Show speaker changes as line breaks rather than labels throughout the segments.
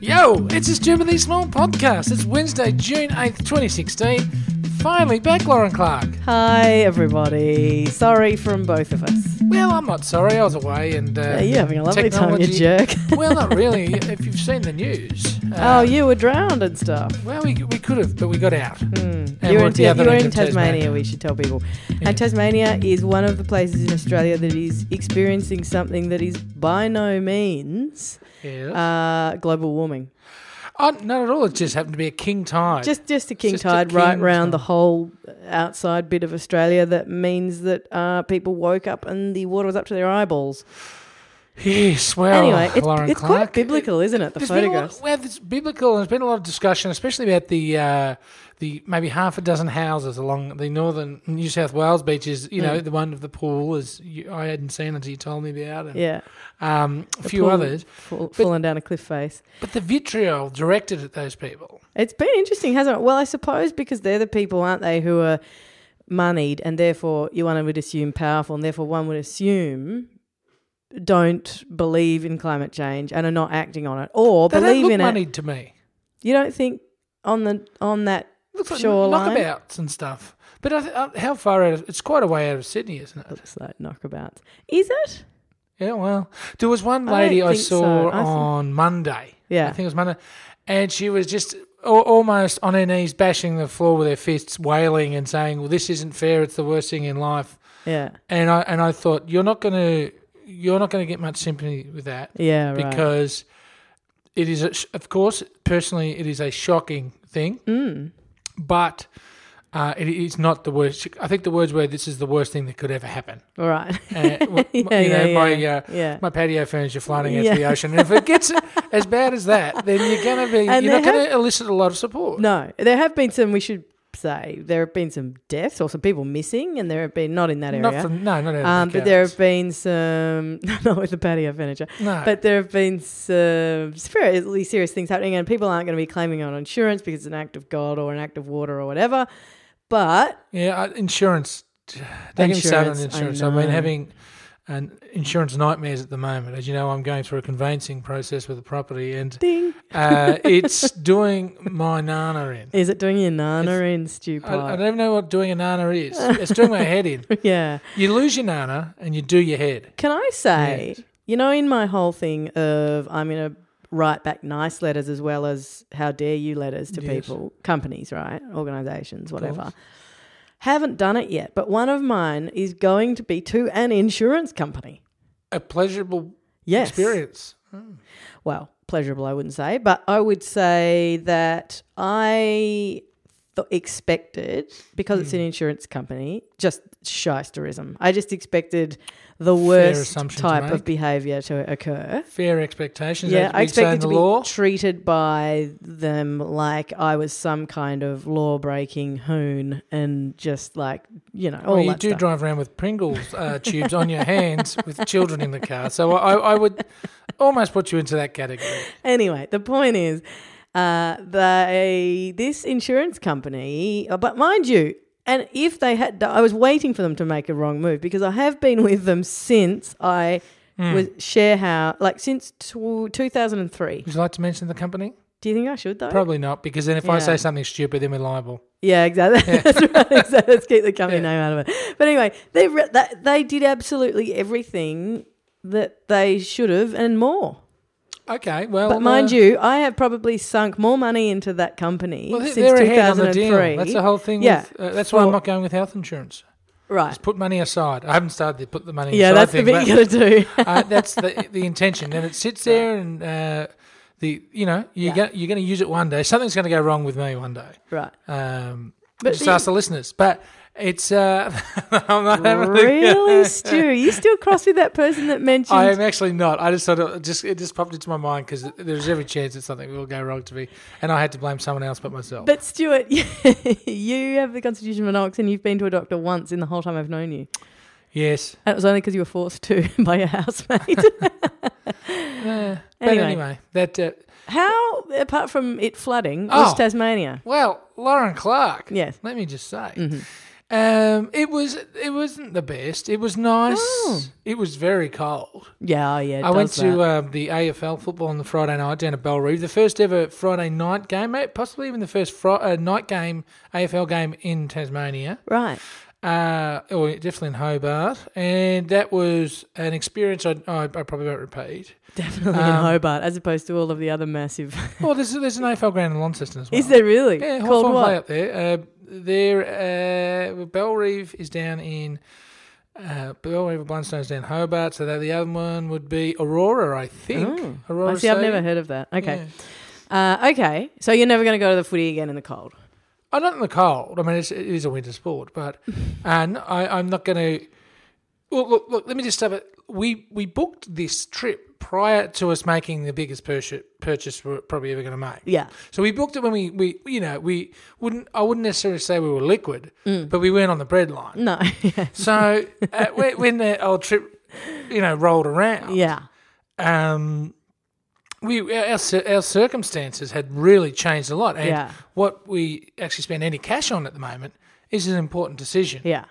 Yo, it's this Jiminy Small podcast. It's Wednesday, June 8th, 2016. Finally back, Lauren Clark.
Hi, everybody. Sorry from both of us.
Well, I'm not sorry, I was away and. Uh,
Are you having a lovely time, you
technology-
jerk?
well, not really, Uh, if you've seen the news.
oh, you were drowned and stuff.
Well, we, we could have, but we got out.
Hmm.
And we're
You were
at
in,
the
yeah,
other
you were
end
in
of Tasmania.
Tasmania, we should tell people.
Yeah.
And Tasmania is one of the places in Australia that is experiencing something that is by no means
Yeah.
uh, global warming.
oh, not at all. It just happened to be a king tide.
Just just a king
Just a
tide right
king
round the
tide.
whole uh, outside bit of Australia that means that uh, people woke up and the water was up to their eyeballs.
yes, well,
anyway, it's,
Lauren
it's
Clark.
quite biblical, is isn't it? The
There's been a lot,
photographs.
well, it's biblical, and there's been a lot of discussion, especially about the uh, the maybe half a dozen houses along the northern New South Wales beaches. You
Mm.
know, the one of the pool is you, I hadn't seen until you told me about, and
Yeah.
um, a few
pull-
others.
fall, fallen down a cliff face.
But the vitriol directed at those people.
It's been interesting, hasn't it? Well, I suppose because they're the people, aren't they, who are moneyed and therefore you one would assume powerful, and therefore one would assume don't believe in climate change and are not acting on it, or
They don't
believe
look
in
moneyed
it.
to me.
You don't think on the on that
Looks like
Shoreline.
knockabouts and stuff. But I th- uh, how far out? Of, it's quite a way out of Sydney, isn't it?
looks like knockabouts, is it?
Yeah, well, there was one
I don't
lady I,
think so.
saw
I think-
on Monday.
Yeah.
I think it was Monday, and she was just al- almost on her knees, bashing the floor with her fists, wailing and saying, "Well, this isn't fair. It's the worst thing in life."
Yeah,
And I and I thought, you're not going to you're not going to get much sympathy with that
yeah, right.
because it is, a sh- of course, personally, it is a shocking thing,
Mm.
but. Uh, it is not the worst. I think the words were, "This is the worst thing that could ever happen."
All right.
Uh, w-
Yeah,
you know,
yeah,
my
yeah.
uh,
yeah.
my patio furniture floating into
Yeah.
the ocean. And if it gets as bad as that, then you're going to be
And
you're not
they
going to elicit a lot of support.
No, there have been some. We should say there have been some deaths or some people missing, and there have been not in that area.
not from no, not out of
um,
the
but there
cows.
have been some not with the patio furniture,
no.
but there have been some fairly serious things happening, and people aren't going to be claiming on insurance because it's an act of God or an act of water or whatever. But
yeah, uh, insurance. They can start on
Insurance, I
insurance. I've been
know.
having an insurance nightmares at the moment. As you know, I'm going through a conveyancing process with a property, and
ding,
uh, it's doing my nana in.
is it doing your nana in stew
I, I
pot?
don't even know what doing a nana is. It's doing my head in.
yeah.
You lose your nana and you do your head.
Can I say,
Yes.
you know, in my whole thing of I'm going to write back nice letters as well as how dare you letters to
Yes.
people, companies, right? Organizations, whatever. Haven't done it yet, but one of mine is going to be to an insurance company.
A pleasurable
Yes.
experience.
Well, pleasurable, I wouldn't say, but I would say that I th- expected, because it's
Hmm.
an insurance company, just shysterism. I just expected the worst
assumption to
type
make.
of behavia to occur.
Fair expectations.
Yeah,
as
I
we'd say in
expected
the
to be
law.
treated by them like I was some kind of law breaking hoon and just like, you know, all
well, Oh, you
that
do
stuff.
drive around with Pringles uh, tubes on your hands with children in the car, so I, I would almost put you into that category.
anyway, the point is, uh, they this insurance company, uh, but mind you, and if they had, do- I was waiting for them to make a wrong move because I have been with them since I
Hmm.
was share how like since tw- 2003.
Would you like to mention the company?
Do you think I should though?
Probably not, because then if I
Uh, Yeah.
say something stupid, then we're liable.
Yeah, exactly. That's right. Exactly. Let's keep the company
Yeah.
name out of it. But anyway, they re- that, they did absolutely everything that they should have and more.
Okay, well,
But mind
uh,
you, I have probably sunk more money into that company
well, they-
since
they're ahead on the
2003.
deal. That's the whole thing.
Yeah.
with, uh, that's why I'm
For-
not going with health insurance.
right.
Just put money aside. I haven't started to put the money.
Yeah,
aside
that's the
thing,
bit
but-
you got to do.
uh, that's the the intention, and it sits there, and uh, the you know you're
Yeah.
go- you're going to use it one day. Something's going to go wrong with me one day.
right.
Um,
But
just
the-
ask the listeners. But it's uh, I'm not having a look.
Really, Stu? Are you still cross with that person that mentioned?
I am actually not. I just thought it just it just popped into my mind because there's every chance that something will go wrong to me, and I had to blame someone else but myself.
But Stuart, you have the constitution monox and you've been to a doctor once in the whole time I've known you.
yes.
And it was only because you were forced to by your housemate.
Uh, but
Anyway.
anyway, that uh,
How, apart from it flooding, was
Oh.
Tasmania?
well, Lauren Clark.
Yes. Mm-hmm.
Let me just say, Um, it was it wasn't the best. It was nice.
No.
It was very cold.
Yeah, oh, yeah. Oh. it
I went
does
to
that.
um, the AFL football on the Friday night down at Belrive, the first ever Friday night game, mate, possibly even the first fri- uh, night game AFL game in Tasmania,
right.
uh, or definitely in Hobart, and that was an experience I, I, I probably won't repeat.
Definitely in
Um,
Hobart, as opposed to all of the other massive.
Well, there's there's an AFL ground in Launceston as well.
Is there really?
Yeah,
Called
Hawthorn play
what?
up there. Uh, there, uh, Belrive is down in. Uh, Belrive and Blundstone's down Hobart, so that the other one would be Aurora, I think.
Oh.
Aurora.
I see. I've
Stadium.
never heard of that. Okay.
Yeah.
Uh, okay. So you're never going to go to the footy again in the cold.
I Oh, not in the cold. I mean, it's, it is a winter sport, but and I, I'm not going to. Well, look, look. Let me just stop it. We we booked this trip prior to us making the biggest purchase purchase we're probably ever going to make.
Yeah.
So we booked it when we, we you know we wouldn't I wouldn't necessarily say we were liquid,
Mm.
but we weren't on the bread line.
No. yeah.
So uh, when, when the old trip, you know, rolled around,
Yeah.
um, we our cir- our circumstances had really changed a lot, and
Yeah.
what we actually spend any cash on at the moment is an important decision.
Yeah.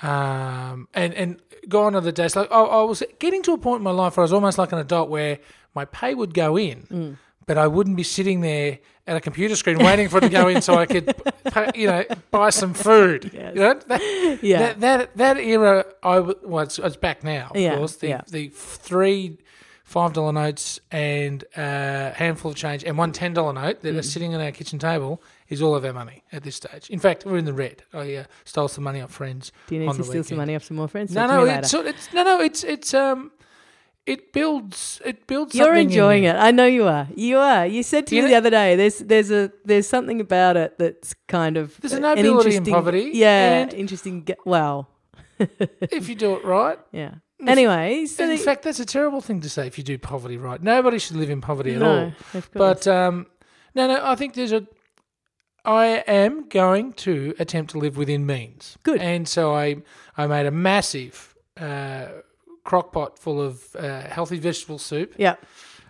Um, and and gone are the days like I, I was getting to a point in my life where I was almost like an adult where my pay would go in. But I wouldn't be sitting there at a computer screen waiting for it to go in so I could, pay, you know, buy some food.
Yes.
You know, that,
Yeah.
that that that era, I w- well, it's, it's back now. Of
Yeah,
course, the
yeah.
the three five dollar notes and a handful of change and one ten dollar note
Mm.
that are sitting on our kitchen table is all of our money at this stage. In fact, we're in the red. I uh, stole some money off friends.
Do you need
on
to
the
steal
weekend.
some money off some more friends?
No,
Talk to me
no,
later.
it's, so it's no, no, it's it's um, it builds it builds.
You're enjoying it. I know you are. You are. You said to
You
me
know-
the other day, there's there's a there's something about it that's kind of
There's a
an
nobility in
interesting-
poverty,
Yeah,
and-
interesting. ge- Wow.
if you do it right.
Yeah. Anyway, so
And in
the-
fact, that's a terrible thing to say if you do poverty right. Nobody should live in poverty at all.
no, of course.
But um, no, no, I think there's a. I am going to attempt to live within means.
Good.
And so I, I made a massive uh, crock pot full of uh, healthy vegetable soup.
yeah,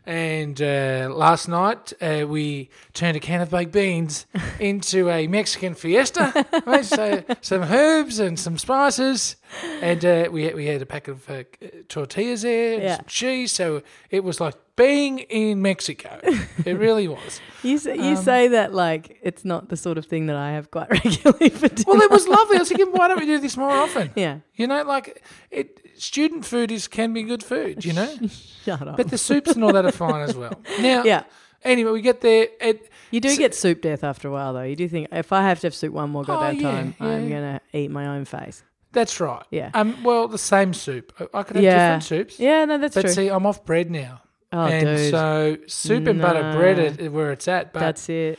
And uh, last night uh, we turned a can of baked beans into a Mexican fiesta. Right, so some herbs and some spices, and uh, we had, we had a pack of uh, tortillas there, and
Yeah.
some cheese. So it was like being in Mexico. It really was.
you s-
um,
you say that like it's not the sort of thing that I have quite regularly for dinner.
Well, it was lovely. I was thinking, why don't we do this more often?
yeah.
You know, like it. Student food is can be good food. You know,
Shut up.
but the soups and all that are fine as well. Now,
yeah.
Anyway, we get there. It,
You do
So-
get soup death after a while, though. You do think if I have to have soup one more goddamn
Oh, yeah,
time, I'm
yeah.
gonna eat my own face.
That's right.
Yeah.
Um. Well, the same soup. I- I could have
Yeah.
different soups.
Yeah, no, that's
But
true.
see, I'm off bread now.
oh,
and
dude,
so soup and butter
No.
bread is where it's at. But
that's it.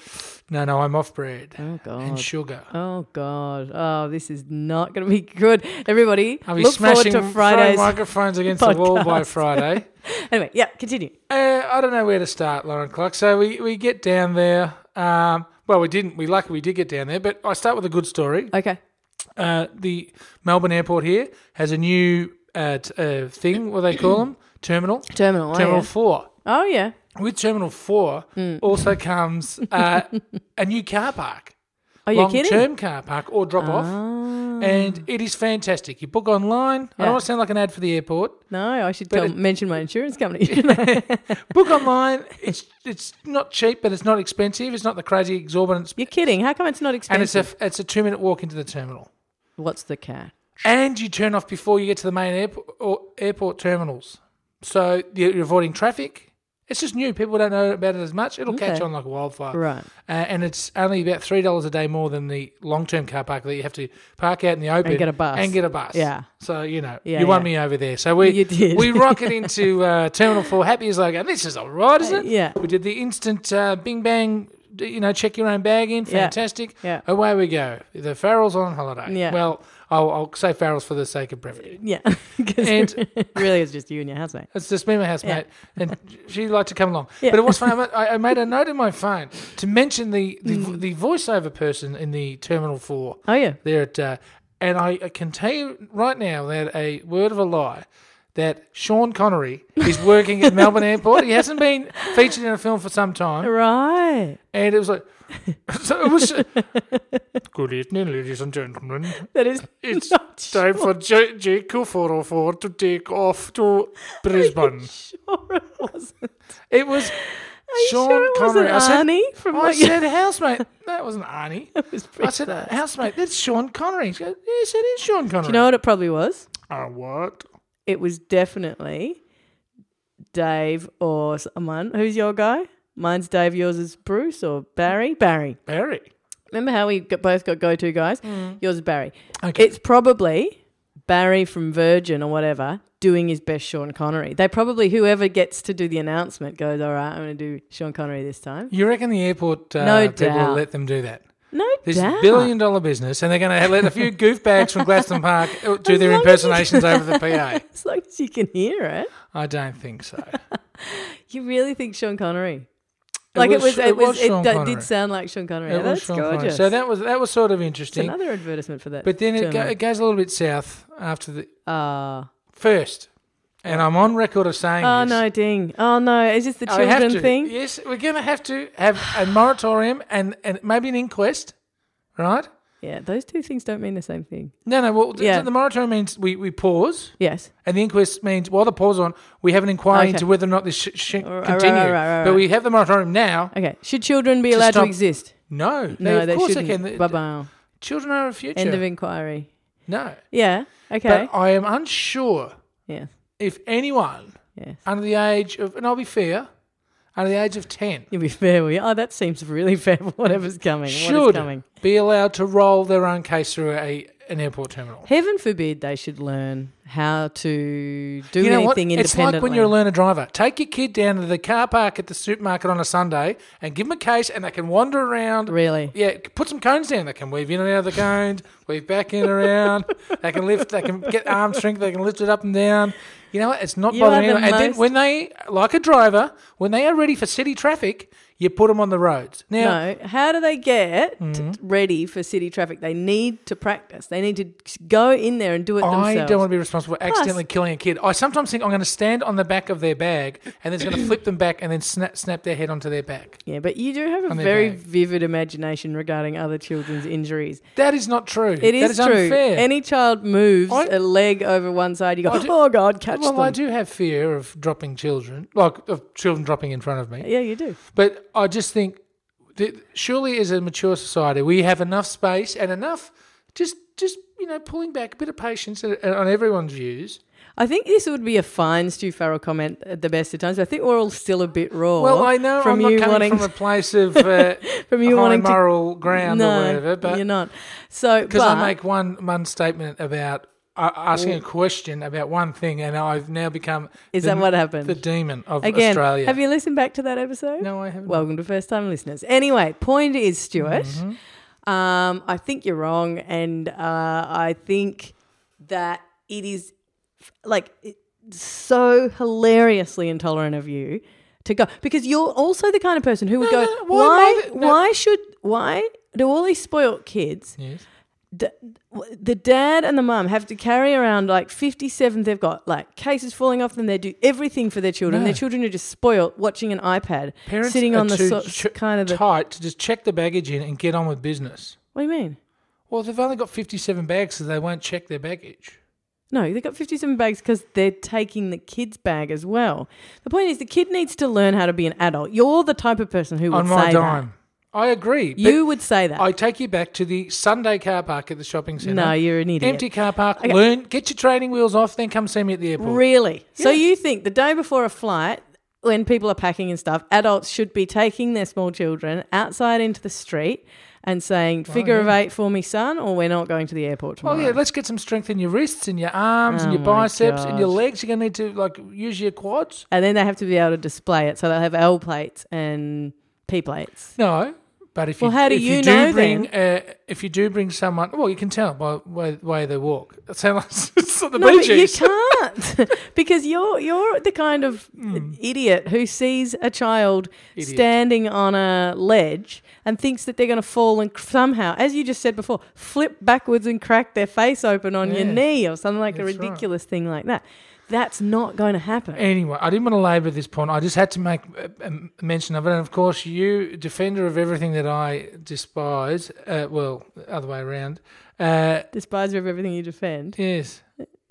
no, no, I'm off bread
Oh god.
and sugar.
Oh God! Oh, this is not going to be good. Everybody,
I'll be
look forward
smashing
to
throwing
Fridays.
microphones against the wall by
podcast.
Friday.
Anyway, yeah, continue.
uh, I don't know where to start, Lauren Clark. So we, we get down there. Um, well, we didn't. We lucky we did get down there. But I start with a good story.
Okay.
Uh, the Melbourne airport here has a new uh, t- uh, thing. What do they call them? Terminal.
Terminal.
Terminal
Terminal.
four.
Oh yeah.
with Terminal 4
Hmm.
also comes uh, a new car park,
Are you
long
Oh, kidding?
term car park or drop off.
Ah.
And it is fantastic. You book online. I
Yeah.
don't want to sound like an ad for the airport.
no, I should
But
tell,
it-
mention my insurance company. shouldn't I?
Book online. It's it's not cheap, but it's not expensive. It's not the crazy exorbitant.
You're kidding? How come it's not
And it's
expensive?
a it's a two minute walk into the terminal.
What's the cat?
And you turn off before you get to the main airport or airport terminals, so you're you're avoiding traffic. It's just new. People don't know about it as much. It'll catch
Okay.
on like wildfire.
Right.
uh, and it's only about three dollars a day more than the long-term car park that you have to park out in the open
get a bus.
and get a bus.
Yeah.
So you know,
Yeah,
you won
yeah.
me over there. So we
You did.
we rocket into uh, Terminal Four, happy as I go. This is all right, isn't it?
Uh, Yeah.
We did the instant uh, Bing Bang. d- You know, check your own bag in.
Yeah.
Fantastic.
Yeah.
Away we go. The Farrell's on holiday.
Yeah.
Well, I'll, I'll say Farrell's for the sake of brevity.
Yeah. 'Cause
And-
really, it's just you and your housemate.
It's just me and my housemate, and she liked to come along.
Yeah.
But it was funny. I, I made a note in my phone to mention the the, the voiceover person in the terminal four
Oh yeah.
there at, uh, and I, I can tell you right now without a word of a lie, that Sean Connery is working at Melbourne Airport. He hasn't been featured in a film for some time,
Right.
and it was like, so it was. Good evening, ladies and gentlemen.
That is
It's
not
time for J- JQ404 to take off to Brisbane.
sure it wasn't.
It was
Are you
Sean
sure it
Connery.
wasn't
I said,
Arnie from
I
like,
said housemate. That wasn't Arnie.
It was pretty
I said
close.
housemate. That's Sean Connery. She goes, yes, it is Sean Connery.
Do you know what it probably was?
Uh, what?
It was definitely Dave or someone. Who's your guy? Mine's Dave. Yours is Bruce or Barry. Barry.
Barry.
Remember how we got, both got go-to guys? Yours is Barry.
Mm. Okay.
It's probably Barry from Virgin or whatever doing his best Sean Connery. They probably whoever gets to do the announcement goes, "All right, I'm going to do Sean Connery this time."
You reckon the airport uh,
No
people will
doubt.
let them do that?
No
This is
doubt.
billion dollar business, and they're going to let a few goofbags from Gladstone Park uh, do
As
their
long as you
impersonations over the PA.
As long as you can hear it,
I don't think so.
you really think Sean Connery? Like
was-
it was,
it
it was,
was
it,
Sean
d-
Connery.
did sound like Sean Connery.
It was
That's
Sean Connery.
gorgeous.
So that was that was sort of
It's
interesting.
another advertisement for that.
But then it, go,
term.
it goes a little bit south after the
Ah.
first, and I'm on record of saying
oh
this.
no, ding! Oh no, is this the
I have
children
to.
thing?
Yes, we're going to have to have a moratorium and, and maybe an inquest, right?
Yeah, those two things don't mean the same thing.
No, no. Well, th-
Yeah.
the moratorium means we, we pause,
Yes,
and the inquest means while the pause on, we have an inquiry
Okay.
into whether or not this should sh-
All right,
continue.
right, right, right,
but
right.
we have the moratorium now.
okay. Should children be allowed to
stop-
exist?
No, they-
No,
of
they
course
shouldn't.
they can. The-
Bye bye.
Children are a future.
End of inquiry.
No,
Yeah. Okay.
but I am unsure
yeah.
if anyone
Yeah.
under the age of, and I'll be fair, under the age of ten
You'll be fair, will you? Oh, that seems really fair. Whatever's coming, what is
should
coming.
be allowed to roll their own case through a an airport terminal.
Heaven forbid they should learn how to do
You know what?
anything independently.
It's like when you're a learner driver. Take your kid down to the car park at the supermarket on a Sunday and give them a case, and they can wander around.
really.
Yeah, put some cones down. They can weave in and out of the cones, weave back in and around. They can lift. They can get arm strength. They can lift it up and down. You know what? It's not
You
bothering
are the
anyone. And then
most-
when they, like a driver, when they are ready for city traffic, you put them on the roads. Now, Mm-hmm.
No. How do they get ready for city traffic? They need to practice. They need to go in there and do it
I
themselves.
don't want to be responsible for accidentally killing a kid. I sometimes think I'm going to stand on the back of their bag and it's going to flip them back and then snap, snap their head onto their back.
yeah, but you do have a
On their
very
bag.
vivid imagination regarding other children's injuries.
That is not true.
It is,
that is
true.
unfair.
Any child moves
I-
a leg over one side, you go,
I do-
oh God, catch
well,
them.
I do have fear of dropping children, like of children dropping in front of me.
Yeah, you do.
But I just think that surely, as a mature society, we have enough space and enough just just you know pulling back a bit of patience on on everyone's views.
I think this would be a fine Stu Farrell comment at the best of times. I think we're all still a bit raw.
Well, I know
from
I'm not
you
coming
wanting
from a place of uh,
from
high
you wanting to
moral ground
no,
or whatever, but
you're not. So,
Because I
but-
make one one statement about uh, asking a question about one thing, and I've now become
Is
the-
that what happened?
The demon of
again,
Australia.
have you listened back to that episode?
No, I haven't.
Welcome to first time listeners. Anyway, point is, Stuart,
Mm-hmm.
um, I think you're wrong, and uh, I think that it is like it- so hilariously intolerant of you to go because you're also the kind of person who would
No,
go,
no, why
why,
am I the- no."
why should, why do all these spoilt kids
yes.
d- w- the dad and the mum have to carry around like 57 they've got like cases falling off them they do everything for their children
No.
their children are just spoilt watching an ipad
Parents
sitting
are
on the
too
so-
ch-
kind of the
tight to just check the baggage in and get on with business.
what do you mean
Well, they've only got fifty-seven bags, so they won't check their baggage.
no they've got 57 bags because they're taking the kid's bag as well the point is the kid needs to learn how to be an adult you're the type of person who would
On my
say
dime, I agree.
that you would say that
but I take you back to the Sunday car park at the shopping centre.
no you're an idiot
empty car park.
Okay.
Learn, get your training wheels off, then come see me at the airport.
Really? So
Yeah.
you think the day before a flight, when people are packing and stuff, adults should be taking their small children outside into the street and saying, "Figure of eight for me, son," or we're not going to the airport tomorrow.
Well, Oh, yeah, let's get some strength in your wrists and your arms and
Oh
your
my
biceps and your
gosh.
legs. You're going to need to like use your quads.
and then they have to be able to display it, so they'll have L plates and P plates.
No, but if
Well,
you,
how do
if
you
do
know
bring uh, if you do bring someone, well, you can tell by way, way they walk. That sounds like it's the
No,
Bee
but you
Gees.
can't because you're you're the kind of idiot who sees a child
Hmm. Idiot.
standing on a ledge and thinks that they're going to fall and somehow, as you just said before, flip backwards and crack their face open on your
Yeah.
knee or something like a
That's right.
ridiculous thing like that. That's not going to happen.
Anyway, I didn't want to labour this point. I just had to make uh, um, mention of it. And of course, you, defender of everything that I despise, uh, well, other way around. Uh,
Despiser of everything you defend.
yes.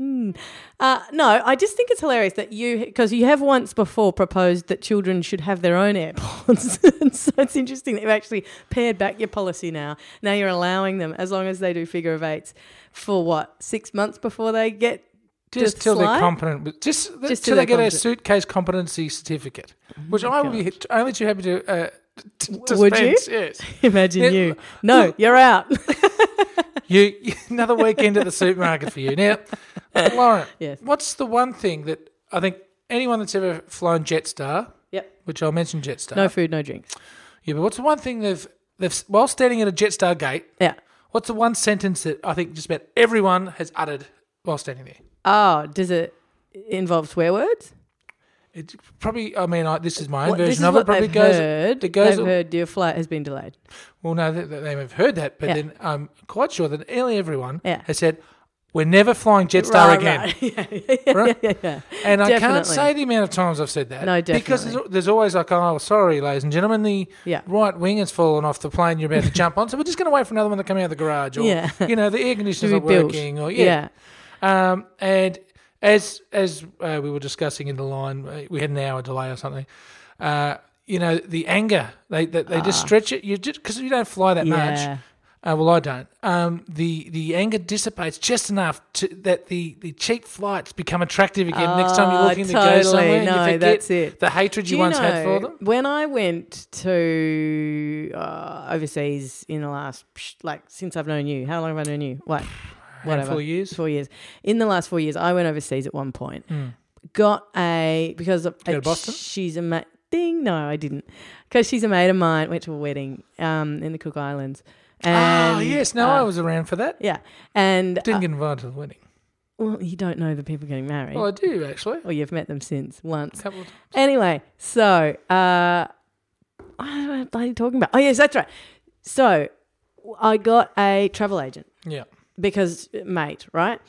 Mm. Uh, no, I just think it's hilarious that you, because you have once before proposed that children should have their own AirPods. And so it's interesting that you've actually pared back your policy now. Now you're allowing them, as long as they do figure of eights, for what, six months before they get.
Just,
Just
till
slide?
they're competent. with- Just,
Just till
till they
they're
get a
competent. Oh
suitcase competency certificate, which I would be only too happy to. Uh, t-
W- would you?
dispense, Yes.
Imagine
Yeah.
you. No, you're out.
You another weekend at the supermarket for you. Now, Lauren,
Yes.
what's the one thing that I think anyone that's ever flown Jetstar,
yep.
which I'll mention Jetstar,
No food, no drinks.
yeah, but what's the one thing they've they've while standing at a Jetstar gate,
Yeah.
what's the one sentence that I think just about everyone has uttered while standing there?
Oh, does it involve swear words?
It's probably, I mean, I, this is my own
What-
version of it. Probably
they've
goes,
heard.
it goes.
they've heard your flight has been delayed.
Well, no, they, they may have heard that, but
Yeah.
then I'm quite sure that nearly everyone
Yeah.
has said, "We're never flying Jetstar again."
Right. Yeah, yeah,
Right?
yeah, yeah,
And I can't
Definitely.
say the amount of times I've said that.
No,
Because
definitely.
there's, there's always like, oh, sorry, ladies and gentlemen, the
Yeah.
right wing has fallen off the plane you're about to jump on, so we're just going to wait for another one to come out of the garage, or
Yeah.
you know, the air
To
conditioner's
be
not
built.
working, or yeah.
yeah.
Um, and as as uh, we were discussing in the line, uh, we had an hour delay or something. Uh, you know, the anger they they, they just stretch it. You just because you don't fly that
Ah. Yeah.
much. Uh, well, I don't. Um, the the anger dissipates just enough to, that the, the cheap flights become attractive again. Next time you're
Oh,
looking to go
totally.
somewhere, and
No,
you forget
that's it.
the hatred
Do
you, once had for
know,
them.
When I went to uh, overseas in the last, psh, like, since I've known you, how long have I known you? What? Whatever.
Handful of years.
Four years. In the last four years, I went overseas at one point. Got a, because of-
Hmm. to Boston?
she's a ma- thing. No, I didn't. Because she's a mate of mine, went to a wedding um, in the Cook Islands. And,
oh yes, no,
uh,
I was around for that.
Yeah. And,
Didn't
uh,
get invited to the wedding.
well, you don't know the people getting married.
Well, I do actually.
or you've met them since once.
A couple of times.
Anyway, so uh, what am I bloody talking about? Oh yes, that's right. So I got a travel agent
Yeah.
because mate, right?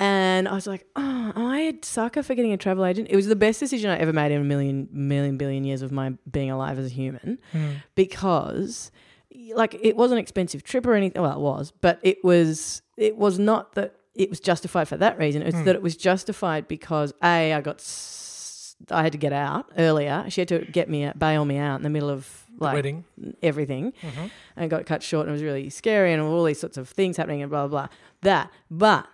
And I was like, oh, am I a sucker for getting a travel agent? It was the best decision I ever made in a million, million, billion years of my being alive as a human
Hmm.
because, like, it wasn't an expensive trip or anything. Well, it was, but it was, it was not that it was justified for that reason. It's that it was justified because, A, I got, s- I had to get out earlier. She had to get me out, bail me out in the middle of, like,
wedding. Mm-hmm.
everything and got cut short and it was really scary and all these sorts of things happening and blah blah blah that but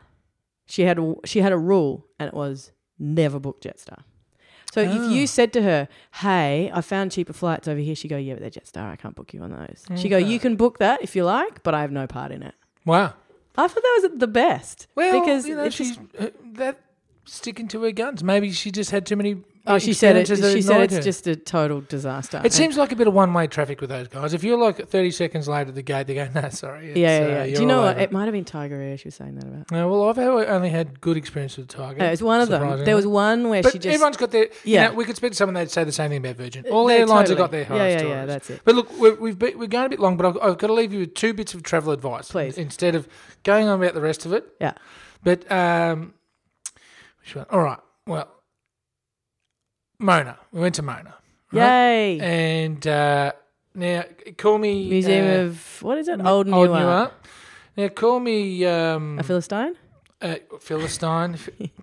she had a, she had a rule and it was never book jetstar so if
Ah.
you said to her hey i found cheaper flights over here she go yeah but they're jetstar i can't book you on those she go you can book that if you like but i have no part in it
Wow.
i thought that was the best
Well,
because
you know,
it's
she's
just-
uh, that sticking to her guns. Maybe she just had too many.
oh she said it
experiences that
she said
annoyed
it's
her.
just a total disaster
It seems like a bit of one-way traffic with those guys. If you're like 30 seconds late at the gate, they go, "No, sorry." it's,
yeah,
uh,
yeah, yeah.
you're
Do you know
all
what?
over."
It might have been Tiger Air she was saying that about.
no, well, I've had- only had good experience with Tiger.
No, it was one of them. There was
surprisingly.
one where
But
she Oh, just
everyone's got their.
Yeah.
Yeah,
Uh,
we could speak to someone. They'd say the same thing about Virgin. All
No,
airlines have
totally.
got their
Yeah,
horror
yeah,
stories.
yeah, that's it.
But look, we're, we've been, we're going a bit long, but I've, I've got to leave you with two bits of travel advice,
Please.
instead of going on about the rest of it.
Yeah.
But um, which one? All right. Well, Mona. We went to Mona. right?
Yay!
And uh, now call me
Museum
uh,
of what is it?
Old
Old, New
New
Art.
Art. Now call me um,
A Philistine.
uh, Philistine,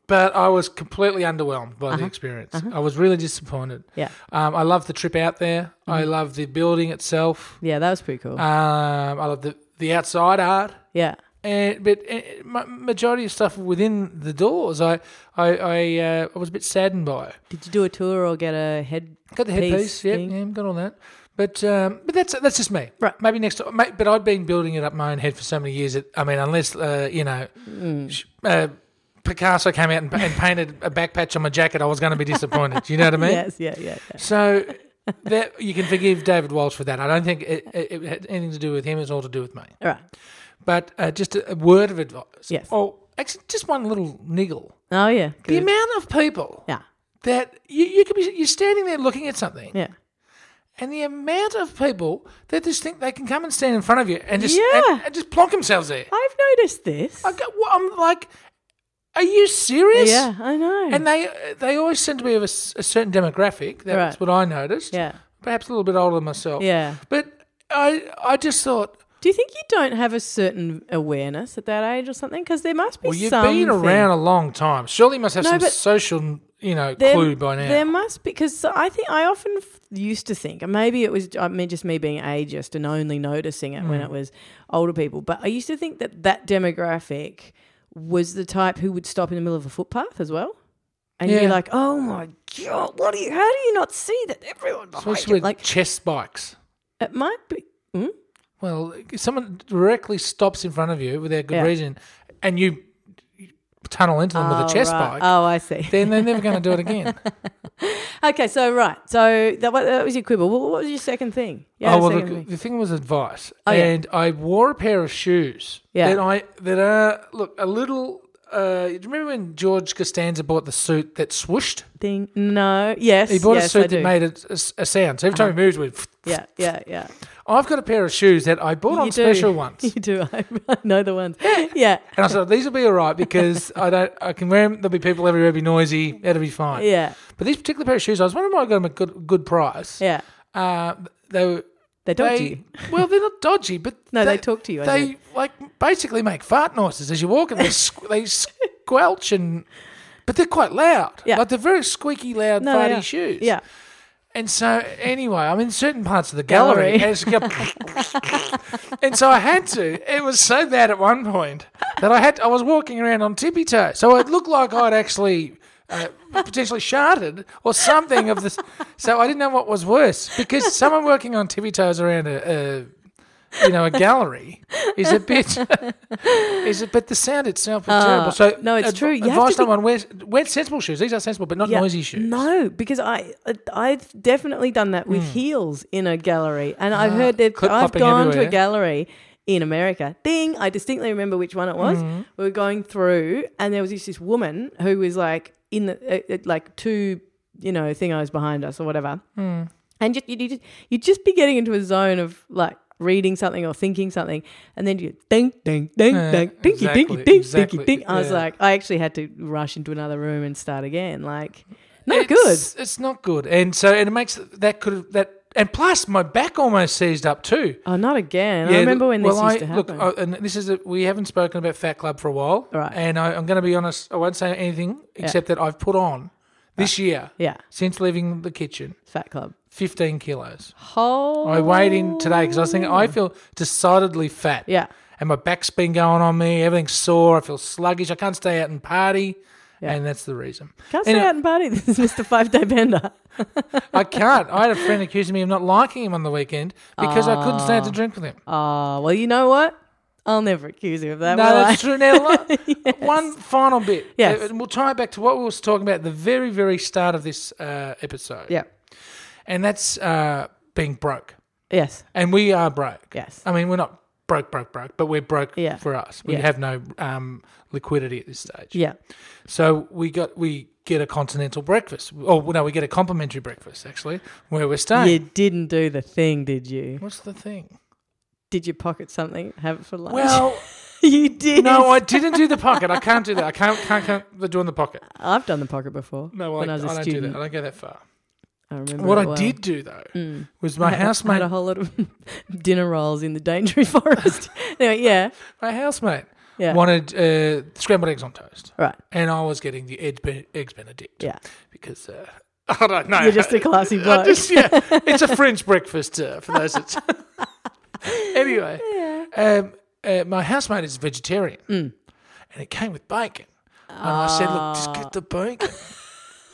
but I was completely underwhelmed by the experience. I was really disappointed.
Uh-huh. Yeah,
Um, I love the trip out there. I love the building itself.
yeah, that was pretty cool.
Um, I love the the outside art.
yeah,
And, but uh, ma- majority of stuff within the doors, I I I, uh, I was a bit saddened by.
did you do a tour or get a head?
Got the headpiece, yeah,
thing?
yeah, got all that. But um, but that's that's just me.
Right.
Maybe next time. ma- But I'd been building it up my own head for so many years. That, I mean, unless uh, you know,
Mm.
sh- uh, Picasso came out and, pa- and painted a back patch on my jacket, I was going to be disappointed. you know what I mean?
Yes, yeah, yeah. yeah.
So that you can forgive David Walsh for that. I don't think it, it, it had anything to do with him. It's all to do with me.
All right.
But uh, just a, a word of advice.
Yes.
Oh, actually, just one little niggle.
Oh yeah.
The
Good.
amount of people
Yeah,
that you, you could be you're standing there looking at something.
yeah.
And the amount of people that just think they can come and stand in front of you and just
Yeah.
and, and just plonk themselves there.
I've noticed this.
I go, well, I'm like, Are you serious?
Yeah, I know.
And they they always seem to be of a, s- a certain demographic. That's
Right.
what I noticed.
yeah.
Perhaps a little bit older than myself.
Yeah.
But I I just thought,
Do you think you don't have a certain awareness at that age or something? Because there must be
well, you've
something.
been around a long time. Surely you must have
No,
some
but
social, you know,
There-
clue by now.
There must be because I think I often f- used to think, and maybe it was I mean, just me being ageist and only noticing it when
Mm.
it was older people. But I used to think that that demographic was the type who would stop in the middle of a footpath as well, and
Yeah.
you're like, oh my god, what do you? How do you not see that everyone behind
Especially
you?
with
Like
chest spikes.
it might be. Hmm?
Well, if someone directly stops in front of you without good
Yeah.
reason, and you tunnel into them with a
Oh,
chest
right.
bike,
Oh, I see.
then they're never going to do it again.
Okay, so right, so that, wa- that was your quibble. What, what was your second thing?
oh well,
second
the,
thing.
the thing was advice,
Oh, yeah.
and I wore a pair of shoes
Yeah.
that I that are look a little. Uh, do you remember when George Costanza bought the suit that swooshed?
Thing. No. Yes.
He bought
yes,
a suit
I
that
do. Uh-huh.
made a, a- a sound. So every time he moved, with
Yeah, yeah, yeah.
I've got a pair of shoes that I bought
You
on
do.
special ones.
You do. I know the ones. Yeah.
And I thought these will be all right because I don't. I can wear them. There'll be people everywhere. Be noisy. That'll be fine.
Yeah.
But these particular pair of shoes, I was wondering why I got them at good good price.
Yeah.
Uh, they were
They talk to
they-
you.
well, they're not dodgy, but
No, they talk to you, I
They like basically make fart noises as you walk, and they squ- they squelch and. But they're quite loud.
Yeah.
Like they're very squeaky, loud,
No,
farty
yeah.
shoes.
Yeah.
And so, anyway, I'm in certain parts of the gallery.
Gallery.
And, it's kept- and so I had to. It was so bad at one point that I had. I was walking around on tippy toe, so it looked like I'd actually uh, potentially sharted or something of this. So I didn't know what was worse because someone working on tippy toes around a. a you know, a gallery is a bit, is it? But the sound itself is terrible. So
Uh, no, it's true. You have
advice
to be-
number one: wear, wear sensible shoes. These are sensible, but not
Yeah.
noisy shoes.
No, because I uh, I've definitely done that
Hmm.
with heels in a gallery, and I've heard that I've
clip-flopping
gone to
Ah, everywhere.
a gallery in America. Ding! I distinctly remember which one it was.
Hmm.
We were going through, and there was this, this woman who was like in the uh, uh, like two you know thing I was behind us or whatever, and just you, you just you just be getting into a zone of like. Reading something or thinking something, and then you ding, ding, ding,
Yeah,
ding, dinky,
exactly,
dinky, ding,
exactly,
dinky, ding. I was
yeah.
like, I actually had to rush into another room and start again. Like, not good.
It's- It's not good, and so and it makes that could have that, and plus my back almost seized up too.
Oh, not again. I remember when this
well,
used to
I-
happen.
Look, I, and this is a, we haven't spoken about Fat Club for a while,
Right.
And I, I'm going to be honest. I won't say anything except that I've put on this year
yeah,
since leaving the kitchen
Fat Club.
15 kilos.
Whole.
I weighed in today because I was thinking I feel decidedly fat.
Yeah.
and my back's been going on me. Everything's sore. I feel sluggish. I can't stay out and party. And that's the reason.
Can't
Anyway-
stay out and party. This is Mr. Five Day Bender.
I can't. I had a friend accusing me of not liking him on the weekend because I couldn't stand to
Ah.
drink with him.
Oh, well, you know what? I'll never accuse you of that.
no,
will I?
that's true. Now, lo- one final bit.
Yes.
Uh, And we'll tie it back to what we was talking about at the very, very start of this uh, episode.
Yeah.
And that's uh, being broke.
Yes.
And we are broke.
Yes.
I mean, we're not broke, broke, broke, but we're broke
Yeah.
for us. We
Yeah.
have no um, liquidity at this stage.
Yeah.
So we got we get a continental breakfast. Oh, no, we get a complimentary breakfast, actually, where we're
You
staying.
didn't do the thing, did you?
What's the thing?
Did you pocket something? Have it for lunch?
Well...
you did.
No, I didn't do the pocket. I can't do that. I can't can't, can't the do in the pocket.
I've done the pocket before.
No, well,
when
I,
I was a
I don't do
student,
that. I don't go that far.
I remember
What
it
I
well.
did do though
Mm.
was my
I had-
housemate.
had a whole lot of dinner rolls in the Daintree Forest. anyway, yeah,
my housemate
yeah,
wanted uh, scrambled eggs on toast,
right,
and I was getting the egg ben- eggs Benedict
yeah.
because uh, I don't know.
You're just a classy
I
bloke.
just- yeah, it's a French breakfast uh, for those that. anyway, um, uh, my housemate is vegetarian, and it came with bacon. And I said, "Look, just get the bacon.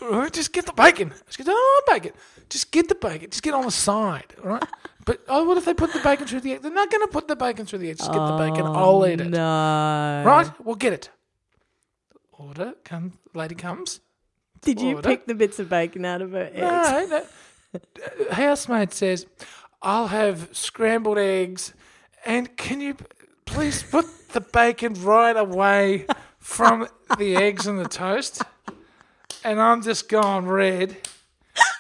All right, just get the bacon." She goes, "Oh, I want bacon. Just get the bacon. Just get on the side, all right?" But oh, what if they put the bacon through the egg? They're not going to put the bacon through the egg. Just get the bacon. I'll eat it.
No.
Right? We'll get it. Order comes. Lady comes.
Did you
Order.
pick the bits of bacon out of it?
No, no. Uh, Housemate says, I'll have scrambled eggs and can you p- please put the bacon right away from the eggs and the toast? And I'm just going red.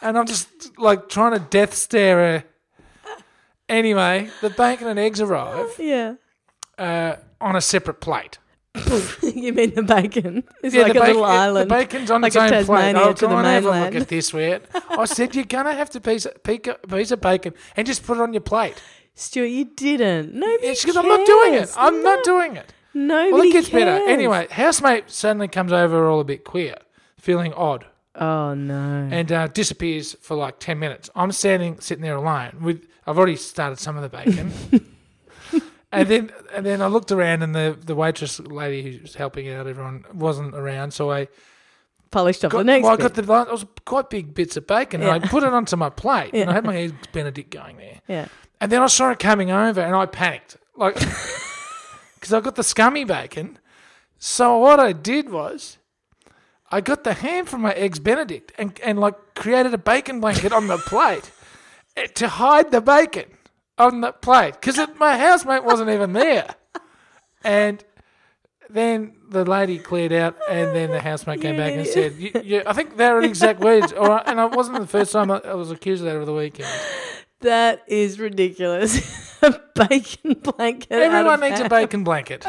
And I'm just like trying to death stare her. Anyway, the bacon and eggs arrive
Yeah.
uh, on a separate plate.
you mean the bacon? It's
Yeah,
like
the
a
bac-
little
it-
island.
The bacon's on
like
its
a
own plate.
Tasmania
Oh,
to
come
the
on, have a look
mainland.
at this, Wet. I said you're gonna have to piece a piece of- piece of bacon and just put it on your plate.
Stuart, you didn't. Nobody
It's because I'm not doing it. I'm not doing it.
Nobody
Well, it gets
cares.
better. Anyway, housemate suddenly comes over all a bit queer, feeling odd,
Oh no.
and uh, disappears for like ten minutes. I'm standing, sitting there alone. With I've already started some of the bacon, and then and then I looked around, and the the waitress lady who's helping out everyone wasn't around, so I
Polished off
got,
the next
well, I
bit.
got the li- it was quite big bits of bacon, and I put it onto my plate, and I had my eggs Benedict going there,
yeah.
and then I saw it coming over, and I panicked, like because I got the scummy bacon. So what I did was. I got the ham from my eggs Benedict and, and like created a bacon blanket on the plate eh, to hide the bacon on the plate because my housemate wasn't even there. And then the lady cleared out, and then the housemate came
You
back and
idiot.
said, you, you, "I think they were the exact words." All right, and it wasn't the first time I, I was accused of that over the weekend.
That is ridiculous. a bacon blanket. out
Everyone
of
needs a
hand.
bacon blanket.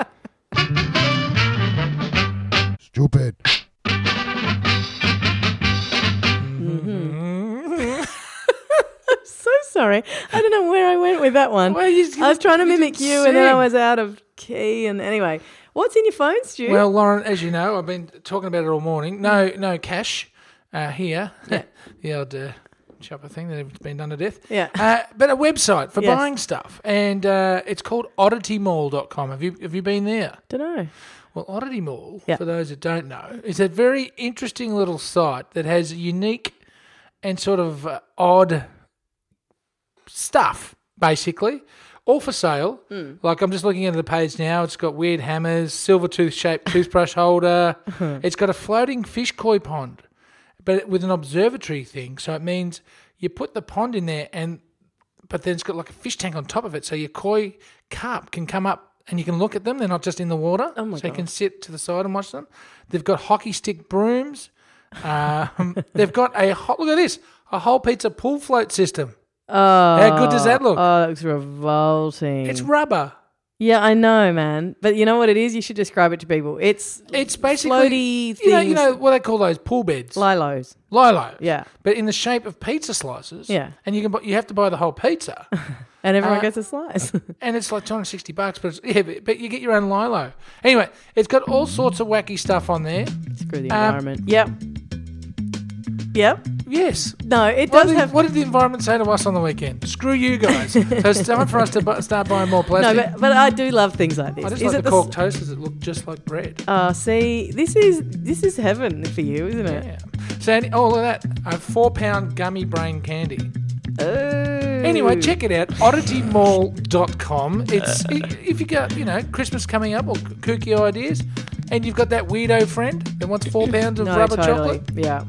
Stupid.
So sorry. I don't know where I went with that one.
Well, you-
Um, I was trying to
you
mimic
didn't
you, and then I
sing.
was out of key. And anyway, what's in your phone, Stu?
Well, Lauren, as you know, I've been talking about it all morning. No,
Mm.
no cash uh, here. the old uh, chopper thing that has been done to death.
Yeah.
Uh, but a website for
Yes.
buying stuff, and uh, it's called odditymall.com. Have you have you been there?
don't know.
Well, Oddity Mall,
Yeah.
for those that don't know, is a very interesting little site that has unique and sort of uh, odd stuff, basically, all for sale. Like, I'm just looking at the page now. It's got weird hammers, silver tooth shaped toothbrush holder. It's got a floating fish koi pond, but with an observatory thing. So it means you put the pond in there and but then it's got like a fish tank on top of it, so your koi carp can come up and you can look at them. They're not just in the water,
my
so you can sit to the side and watch them. They've got hockey stick brooms. Um, they've got a ho- look at this a whole pizza pool float system.
Oh, how
good does that look?
Oh, that looks revolting.
It's rubber.
yeah, I know, man. But you know what it is? You should describe it to people. It's
It's basically
Floaty
you know, you
things.
know what they call those pool beds,
Lilo's.
lilos.
Yeah.
but in the shape of pizza slices.
Yeah.
and you can bu- you have to buy the whole pizza.
And everyone
Uh,
gets a slice.
and it's like 260 bucks, but it's, yeah, but, but you get your own lilo. Anyway, it's got all
Mm.
sorts of wacky stuff on there.
Screw the
uh,
environment. Yep. Yep.
Yes.
No, it
What
does
did,
have.
what did the environment say to us on the weekend? Screw you guys. so it's time for us to bu- start buying more
No,
plastic.
but, but I do love things like this.
I just
Is
like
it
the
the s-
cork toasters that look just like bread.
Oh, see, this is this is heaven for you, isn't it?
Yeah. So any- all of that, a four pound gummy brain candy.
Oh.
Anyway, check it out, odditymall.com. It's, i- if you got, you know, Christmas coming up or kooky ideas, and you've got that weirdo friend that wants four pounds of
No,
rubber
totally.
chocolate,
Yeah.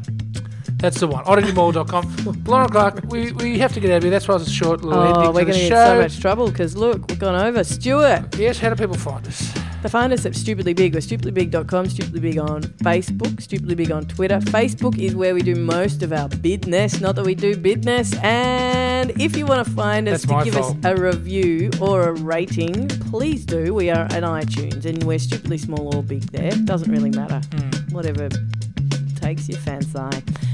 That's the one. Odditymall.com. Lauren Clark, we, we have to get out of here. That's why it's a short little ending
Oh,
to
we're going
the
to get in
show.
so much trouble because look, we've gone over. Stuart,
Yes, how do people find us?
they find us at Stupidly Big. We're stupidlybig.com, Stupidly Big on Facebook, Stupidly Big on Twitter. Facebook is where we do most of our business, not that we do business. And if you want to find us
That's my
to give
fault.
us a review or a rating, please do. We are on iTunes and we're stupidly small or big there. Doesn't really matter.
Hmm.
Whatever takes your fancy.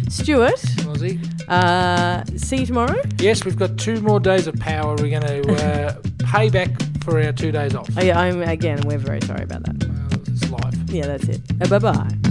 Stuart,
Aussie.
uh, see you tomorrow.
Yes, we've got two more days of power. We're going to uh, pay back for our two days off.
Oh, yeah, I'm, again, we're very sorry about that.
Well, it's live.
Yeah, that's it. Uh, bye bye.